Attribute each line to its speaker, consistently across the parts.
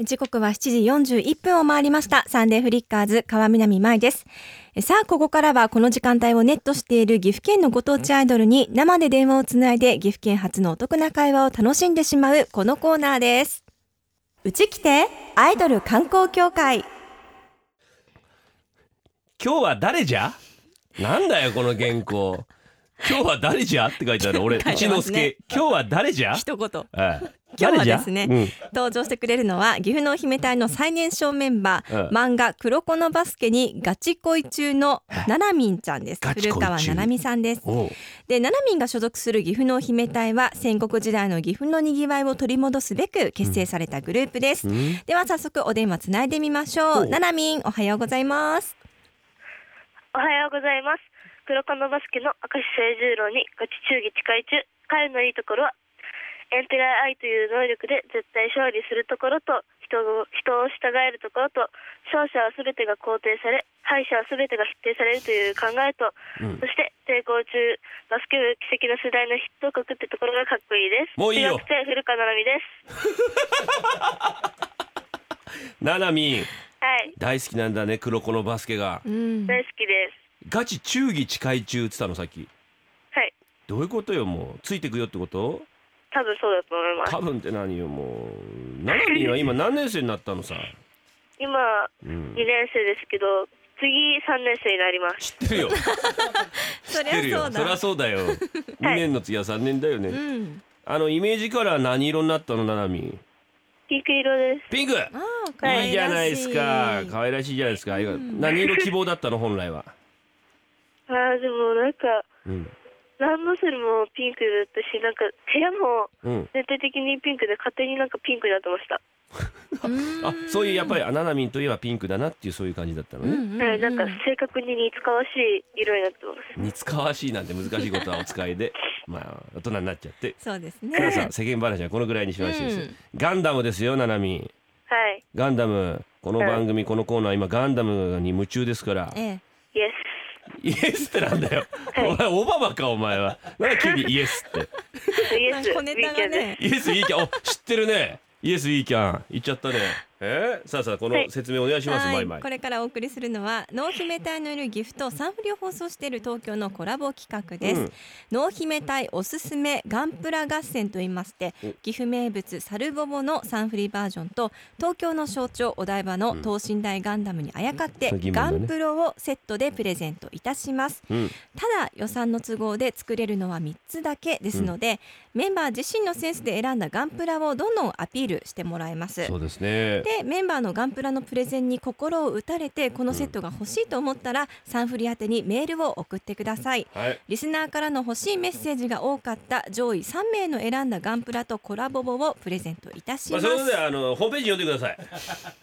Speaker 1: 時刻は7時41分を回りました。サンデーフリッカーズ、川南舞です。さあ、ここからはこの時間帯をネットしている岐阜県のご当地アイドルに生で電話をつないで岐阜県初のお得な会話を楽しんでしまうこのコーナーです。うち来て、アイドル観光協会。
Speaker 2: 今日は誰じゃなんだよこの原稿今日は誰じゃって書いてある俺
Speaker 1: 書い
Speaker 2: 一
Speaker 1: てま
Speaker 2: 之
Speaker 1: すね
Speaker 2: 輔今日は 誰じゃ
Speaker 1: 一言。
Speaker 2: ええ
Speaker 1: 今日は
Speaker 2: 誰じゃ
Speaker 1: ですね
Speaker 2: うん
Speaker 1: 登場してくれるのは岐阜のお姫隊の最年少メンバー、
Speaker 2: うん
Speaker 1: 漫画黒子のバスケにガチ恋中のななみんちゃんです
Speaker 2: ガチ
Speaker 1: 古
Speaker 2: 恋中
Speaker 1: 川ななみさんです
Speaker 2: おう
Speaker 1: でななみんが所属する岐阜のお姫隊は戦国時代の岐阜のにぎわいを取り戻すべく結成されたグループです、
Speaker 2: うん
Speaker 1: では早速お電話つないでみましょ
Speaker 2: お
Speaker 1: う
Speaker 2: う
Speaker 1: ななみんおはようございます
Speaker 3: おはようございます。黒子のバスケの明石清十郎にガチ忠義誓い中。彼のいいところは、エンペラー愛という能力で絶対勝利するところと、人を人を従えるところと、勝者は全てが肯定され、敗者は全てが否定されるという考えと、
Speaker 2: うん
Speaker 3: そして成功中、バスケ部奇跡の世代のヒット国ってところがかっこいいです。
Speaker 2: もういいよ
Speaker 3: 中学生古川奈々美です。
Speaker 2: ななみん
Speaker 3: はい、
Speaker 2: 大好きなんだね黒子のバスケが
Speaker 1: うん
Speaker 3: 大好きです。
Speaker 2: ガチ忠義誓い中っつったのさっき
Speaker 3: はい、
Speaker 2: どういうことよもうついてくよってこと
Speaker 3: 多分そうだと思います。
Speaker 2: 多分って何よもうななみんは今何年生になったのさ
Speaker 3: 今、
Speaker 2: うん
Speaker 3: 2年生ですけど、次3年生になります。
Speaker 2: 知ってるよ
Speaker 1: そ
Speaker 2: 知ってる
Speaker 1: りゃそ
Speaker 2: よ
Speaker 1: う
Speaker 2: そり
Speaker 1: だ
Speaker 2: ゃそう だよ2年の次は3年だよね
Speaker 1: うん
Speaker 2: あのイメージカラー何色になったのななみん
Speaker 3: ピンク色です。
Speaker 2: ピンク
Speaker 1: ああ可
Speaker 2: いい
Speaker 1: 愛
Speaker 2: じゃな
Speaker 1: ら
Speaker 2: い
Speaker 1: しい
Speaker 2: ですか可愛らしいじゃないですか、何色希望だったの本来は、
Speaker 3: あーでもなんか
Speaker 2: うん
Speaker 3: ランドセルもピンクだったしなんか部屋も
Speaker 2: うん、
Speaker 3: 全体的にピンクで勝手になんかピンクになってました、
Speaker 1: うん
Speaker 2: あそういうやっぱりあななみんといえばピンクだなっていうそういう感じだったの
Speaker 1: うんう
Speaker 2: ね、
Speaker 1: んうん
Speaker 3: はいなんか正確に似つかわしい色になってます
Speaker 2: 似つかわしいなんて難しいことはお使 いでまあ大人になっちゃって
Speaker 1: そうです
Speaker 2: 皆さ
Speaker 1: ね
Speaker 2: ん世間話はこのぐらいにしましてですね、
Speaker 1: うん
Speaker 2: ガンダムですよななみん
Speaker 3: はい
Speaker 2: ガンダムこの番組このコーナー今ガンダムに夢中ですから
Speaker 1: ええ
Speaker 3: イエス
Speaker 2: イエスってなんだ よお前オバマかお前はなんか急にイエスって
Speaker 3: イエ
Speaker 1: なん
Speaker 3: ス
Speaker 1: か小
Speaker 3: ウィ
Speaker 1: ネ
Speaker 3: ーキ
Speaker 1: タが
Speaker 3: ャンです
Speaker 1: ね
Speaker 2: イエスイーキャンお知ってるねイエスイーキャン言っちゃったねえー、さあさあこの
Speaker 3: はい
Speaker 2: 説明お願いします、
Speaker 1: は
Speaker 2: マイ
Speaker 1: い
Speaker 2: マイ
Speaker 1: これからお送りするのは濃姫隊のいる岐阜とサンフリを放送している東京のコラボ企画です、
Speaker 2: うん
Speaker 1: 濃姫隊おすすめガンプラ合戦といいまして
Speaker 2: お
Speaker 1: 岐阜名物サルボボのサンフリバージョンと東京の象徴お台場の等身大ガンダムにあやかって、
Speaker 2: うん疑問
Speaker 1: ガ
Speaker 2: だね
Speaker 1: ンプロをセットでプレゼントいたします
Speaker 2: うん
Speaker 1: ただ予算の都合で作れるのは3つだけですので、メンバー自身のセンスで選んだガンプラをどんどんアピールしてもらいます
Speaker 2: そうですね
Speaker 1: でメンバーのガンプラのプレゼンに心を打たれてこのセットが欲しいと思ったら、サンフリ宛てにメールを送ってください
Speaker 2: はい
Speaker 1: リスナーからの欲しいメッセージが多かった上位3名の選んだガンプラとコラボボをプレゼントいたし
Speaker 2: ま
Speaker 1: ま
Speaker 2: あ
Speaker 1: す、
Speaker 2: そういうことであのホームページ読んでください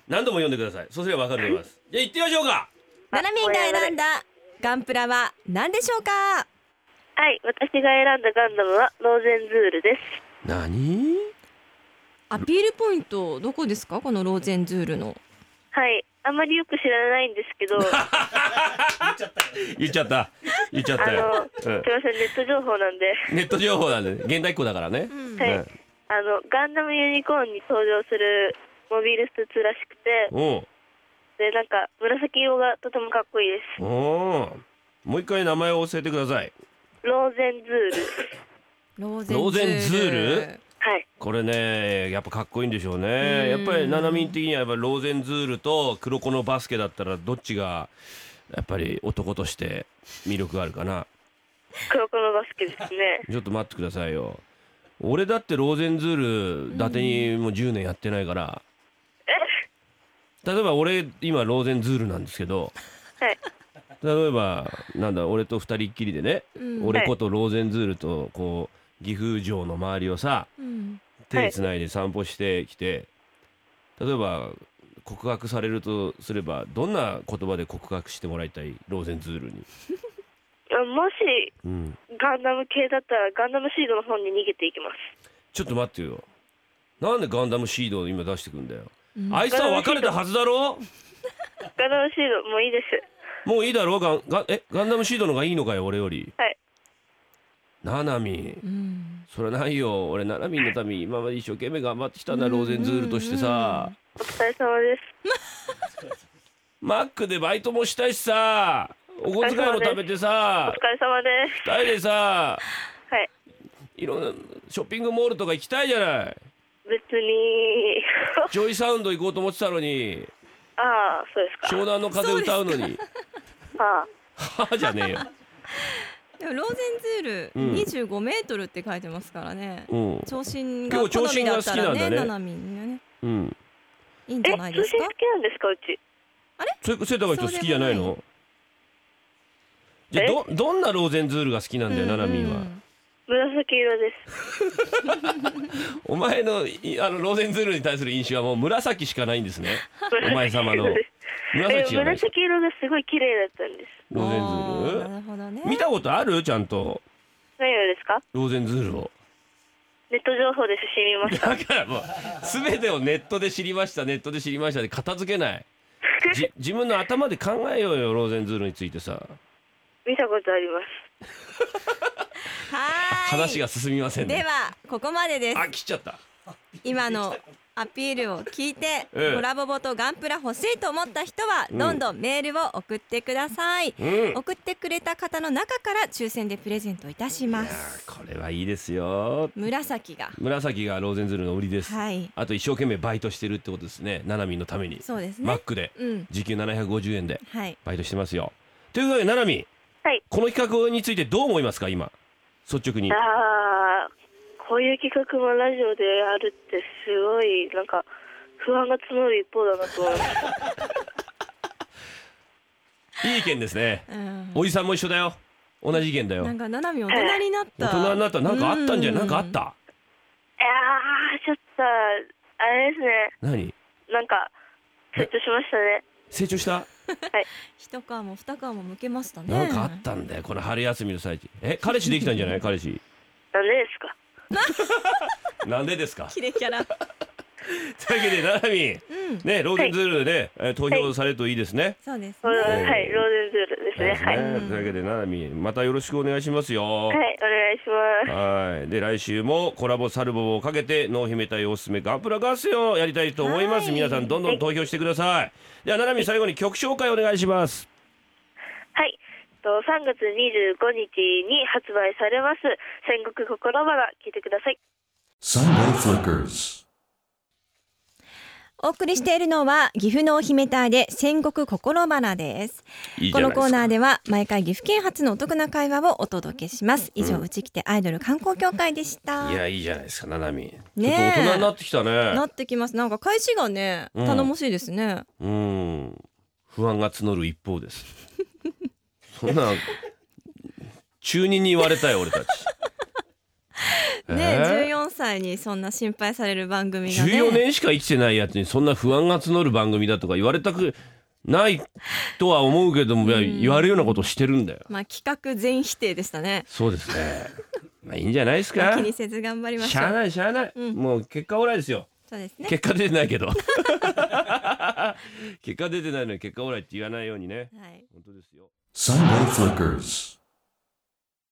Speaker 2: 何度も読んでくださいそうすればわかると思いますじゃあ行ってみましょうか
Speaker 1: ナナミンが選んだガンプラは何でしょうか
Speaker 3: はい私が選んだガンダムはローゼンズールです
Speaker 2: 何
Speaker 1: アピールポイントどこですかこのローゼンズールの
Speaker 3: はいあんまりよく知らないんです けどあ
Speaker 2: 言っちゃった言っちゃったよ
Speaker 3: の、す
Speaker 2: う
Speaker 3: い
Speaker 2: ん
Speaker 3: ませんネット情報なんで
Speaker 2: ネット情報なんで現代っ子だからね、
Speaker 1: ん
Speaker 3: はいあのガンダムユニコーンに登場するモビルスーツらしくて
Speaker 2: うん
Speaker 3: でなんか紫色がとてもかっこいいです
Speaker 2: おーもう一回名前を教えてください
Speaker 3: ローゼンズール
Speaker 1: ローゼンズール
Speaker 2: ローゼンズール
Speaker 3: はい
Speaker 2: これねやっぱかっこいいんでしょう
Speaker 1: うん
Speaker 2: ねやっぱりナナミン的にはやっぱローゼンズールと黒子のバスケだったらどっちがやっぱり男として魅力があるかな
Speaker 3: 黒子のバスケですね
Speaker 2: ちょっと待ってくださいよ俺だってローゼンズール伊達にもう10年やってないから例えば俺今ローゼンズールなんですけど
Speaker 3: はい
Speaker 2: 例えばなんだ俺と二人っきりでね、
Speaker 1: うん
Speaker 2: 俺ことローゼンズールとこう岐阜城の周りをさ
Speaker 1: うん
Speaker 2: 手つないで散歩してきて、例えば告白されるとすればどんな言葉で告白してもらいたいローゼンズールに、
Speaker 3: あもし
Speaker 2: うん、
Speaker 3: ガンダム系だったらガンダムシードの方に逃げていきます
Speaker 2: ちょっと待ってよなんでガンダムシードを今出してくんだよ、
Speaker 1: うん
Speaker 2: あいつは別れたはずだろ
Speaker 3: ガンダムシードもういいです
Speaker 2: もういいだろガンガンえガンダムシードの方がいいのかよ俺より
Speaker 3: はい
Speaker 2: ななみ
Speaker 1: うん
Speaker 2: それはないよ俺ななみんのために今まで一生懸命頑張ってきたんだローゼンズールとしてさ
Speaker 3: お疲れ様です
Speaker 2: マックでバイトもしたしさお小遣いも食べて
Speaker 3: お
Speaker 2: さ
Speaker 3: 疲れ様です
Speaker 2: 二人でさ
Speaker 3: はい
Speaker 2: いろんなショッピングモールとか行きたいじゃ ない
Speaker 3: 別に
Speaker 2: ジョイサウンド行こうと思ってたのに
Speaker 3: ああそうですか
Speaker 2: 湘南の風歌うのに
Speaker 3: ああ
Speaker 2: はあじゃねえよ
Speaker 1: でもローゼンズ
Speaker 2: うん
Speaker 1: ール25メートルって書いてますからね、
Speaker 2: うん
Speaker 1: 長身
Speaker 2: 結
Speaker 1: が
Speaker 2: 構長
Speaker 1: 好み
Speaker 2: 身
Speaker 1: だ
Speaker 2: が好
Speaker 1: っ
Speaker 2: き
Speaker 1: た
Speaker 2: な
Speaker 1: ら
Speaker 2: んだね
Speaker 1: ねななみんね
Speaker 2: うん
Speaker 1: いいんじ
Speaker 3: え
Speaker 1: ゃ
Speaker 3: 通
Speaker 1: ない
Speaker 3: 信
Speaker 1: です
Speaker 3: 付
Speaker 1: か
Speaker 3: きなんですかうち
Speaker 2: それ背高い人好きじゃないのじゃあ
Speaker 3: え
Speaker 2: どどんなローゼンズールが好きなんだよななみんは
Speaker 3: 紫色です
Speaker 2: お前のいあのローゼンズールに対する印象はもう紫しかないんですね
Speaker 3: 紫色です
Speaker 2: お前様の
Speaker 3: え
Speaker 2: 紫じゃないですか
Speaker 3: 紫色がすごい綺麗だったんです
Speaker 2: ローゼンズ
Speaker 1: あ
Speaker 2: ー
Speaker 1: なるほどね
Speaker 2: ル見たことあるちゃんと
Speaker 3: 何がですか
Speaker 2: ローゼンズールを
Speaker 3: ネット情報です知りまし
Speaker 2: だ
Speaker 3: た
Speaker 2: からもう全てをネットで知りましたネットで知りましたで片付けない じ自分の頭で考えようよローゼンズールについてさ
Speaker 3: 見たことあります
Speaker 1: はーい
Speaker 2: 話が進みません
Speaker 1: で
Speaker 2: ね
Speaker 1: はここまでです
Speaker 2: あ切っちゃった
Speaker 1: 今のアピールを聞いて、
Speaker 2: ええ
Speaker 1: コラボボとガンプラ欲しいと思った人は
Speaker 2: うん
Speaker 1: どんどんメールを送ってください、
Speaker 2: うん
Speaker 1: 送ってくれた方の中から抽選でプレゼントいたしま
Speaker 2: いや
Speaker 1: す
Speaker 2: ーこれはいいですよ
Speaker 1: 紫が
Speaker 2: 紫がローゼンズールの売りです、
Speaker 1: はい
Speaker 2: あと一生懸命バイトしてるってことですねななみんのために
Speaker 1: そうですね
Speaker 2: マックで
Speaker 1: うん
Speaker 2: 時給750円で
Speaker 1: はい
Speaker 2: バイトしてますよということでななみん
Speaker 3: はい
Speaker 2: この企画についてどう思いますか今率直に
Speaker 3: ああこういう企画もラジオであるってすごいなんか不安が募る一方だなと思いま した
Speaker 2: いい意見ですね
Speaker 1: うん
Speaker 2: おじさんも一緒だよ同じ意見だよ
Speaker 1: なんか斜め大人になった
Speaker 2: 大人になったらなんかあったんじゃないなんかあった
Speaker 3: いやーちょっとあれですね
Speaker 2: 何
Speaker 3: なんか成長しましたね
Speaker 2: 成長した
Speaker 1: 一皮も二皮も向けましたね
Speaker 2: なんかあったんだよこの春休みの最中え彼氏できたんじゃない彼氏
Speaker 3: なんでですか
Speaker 2: なんでですか
Speaker 1: キレキャラ
Speaker 2: というわけでななみん
Speaker 1: うん
Speaker 2: ねローゼンズールで、ねえー投票されるといいですね、
Speaker 1: そうです
Speaker 3: うん
Speaker 1: ね
Speaker 3: はいローゼンズールですね
Speaker 2: ですね
Speaker 3: はい、
Speaker 2: というわけでななみんまたよろしくお願いしますよ
Speaker 3: はい、お願いします
Speaker 2: はいで来週もコラボサルボをかけて濃姫対おすすめガンプラ合戦をやりたいと思います
Speaker 1: はい
Speaker 2: 皆さんどんどん投票してくださいではななみん最後に曲紹介お願いします
Speaker 3: はい。えっと3月25日に発売されます戦国心花聞いてください。
Speaker 4: Sunday Flickers.
Speaker 1: お送りしているのは岐阜のお姫隊で戦国心花です
Speaker 2: いいじ
Speaker 1: こ
Speaker 2: ゃな
Speaker 1: の
Speaker 2: いですか
Speaker 1: コーナーでは毎回岐阜県発のお得な会話をお届けします以上、うちきてアイドル観光協会でした
Speaker 2: いやいいじゃないですかななみんちょっと
Speaker 1: ね
Speaker 2: 大
Speaker 1: え
Speaker 2: 人になってきたね
Speaker 1: なってきますなんか返しがね
Speaker 2: うん
Speaker 1: 頼もしいですね、
Speaker 2: うん不安が募る一方です そんな中二に言われたよ 俺たち
Speaker 1: ね
Speaker 2: えー
Speaker 1: 14歳にそんな心配される番組がね
Speaker 2: 14年しか生きてないやつにそんな不安が募る番組だとか言われたくないとは思うけども、いや言われるようなことしてるんだよ。
Speaker 1: まあ企画全否定でしたね
Speaker 2: そうですね。まあいいんじゃないです
Speaker 1: まあ
Speaker 2: か
Speaker 1: 気。にせず頑張りま
Speaker 2: し
Speaker 1: しょ
Speaker 2: ゃあ
Speaker 1: う
Speaker 2: ないしゃあない。
Speaker 1: うん
Speaker 2: もう結果オーライですよ。
Speaker 1: そうですね
Speaker 2: 結果出てないけど。 結果出てないのに結果オーライって言わないようにね。
Speaker 1: はい
Speaker 2: 本当ですよ。
Speaker 4: Sunday Flickers.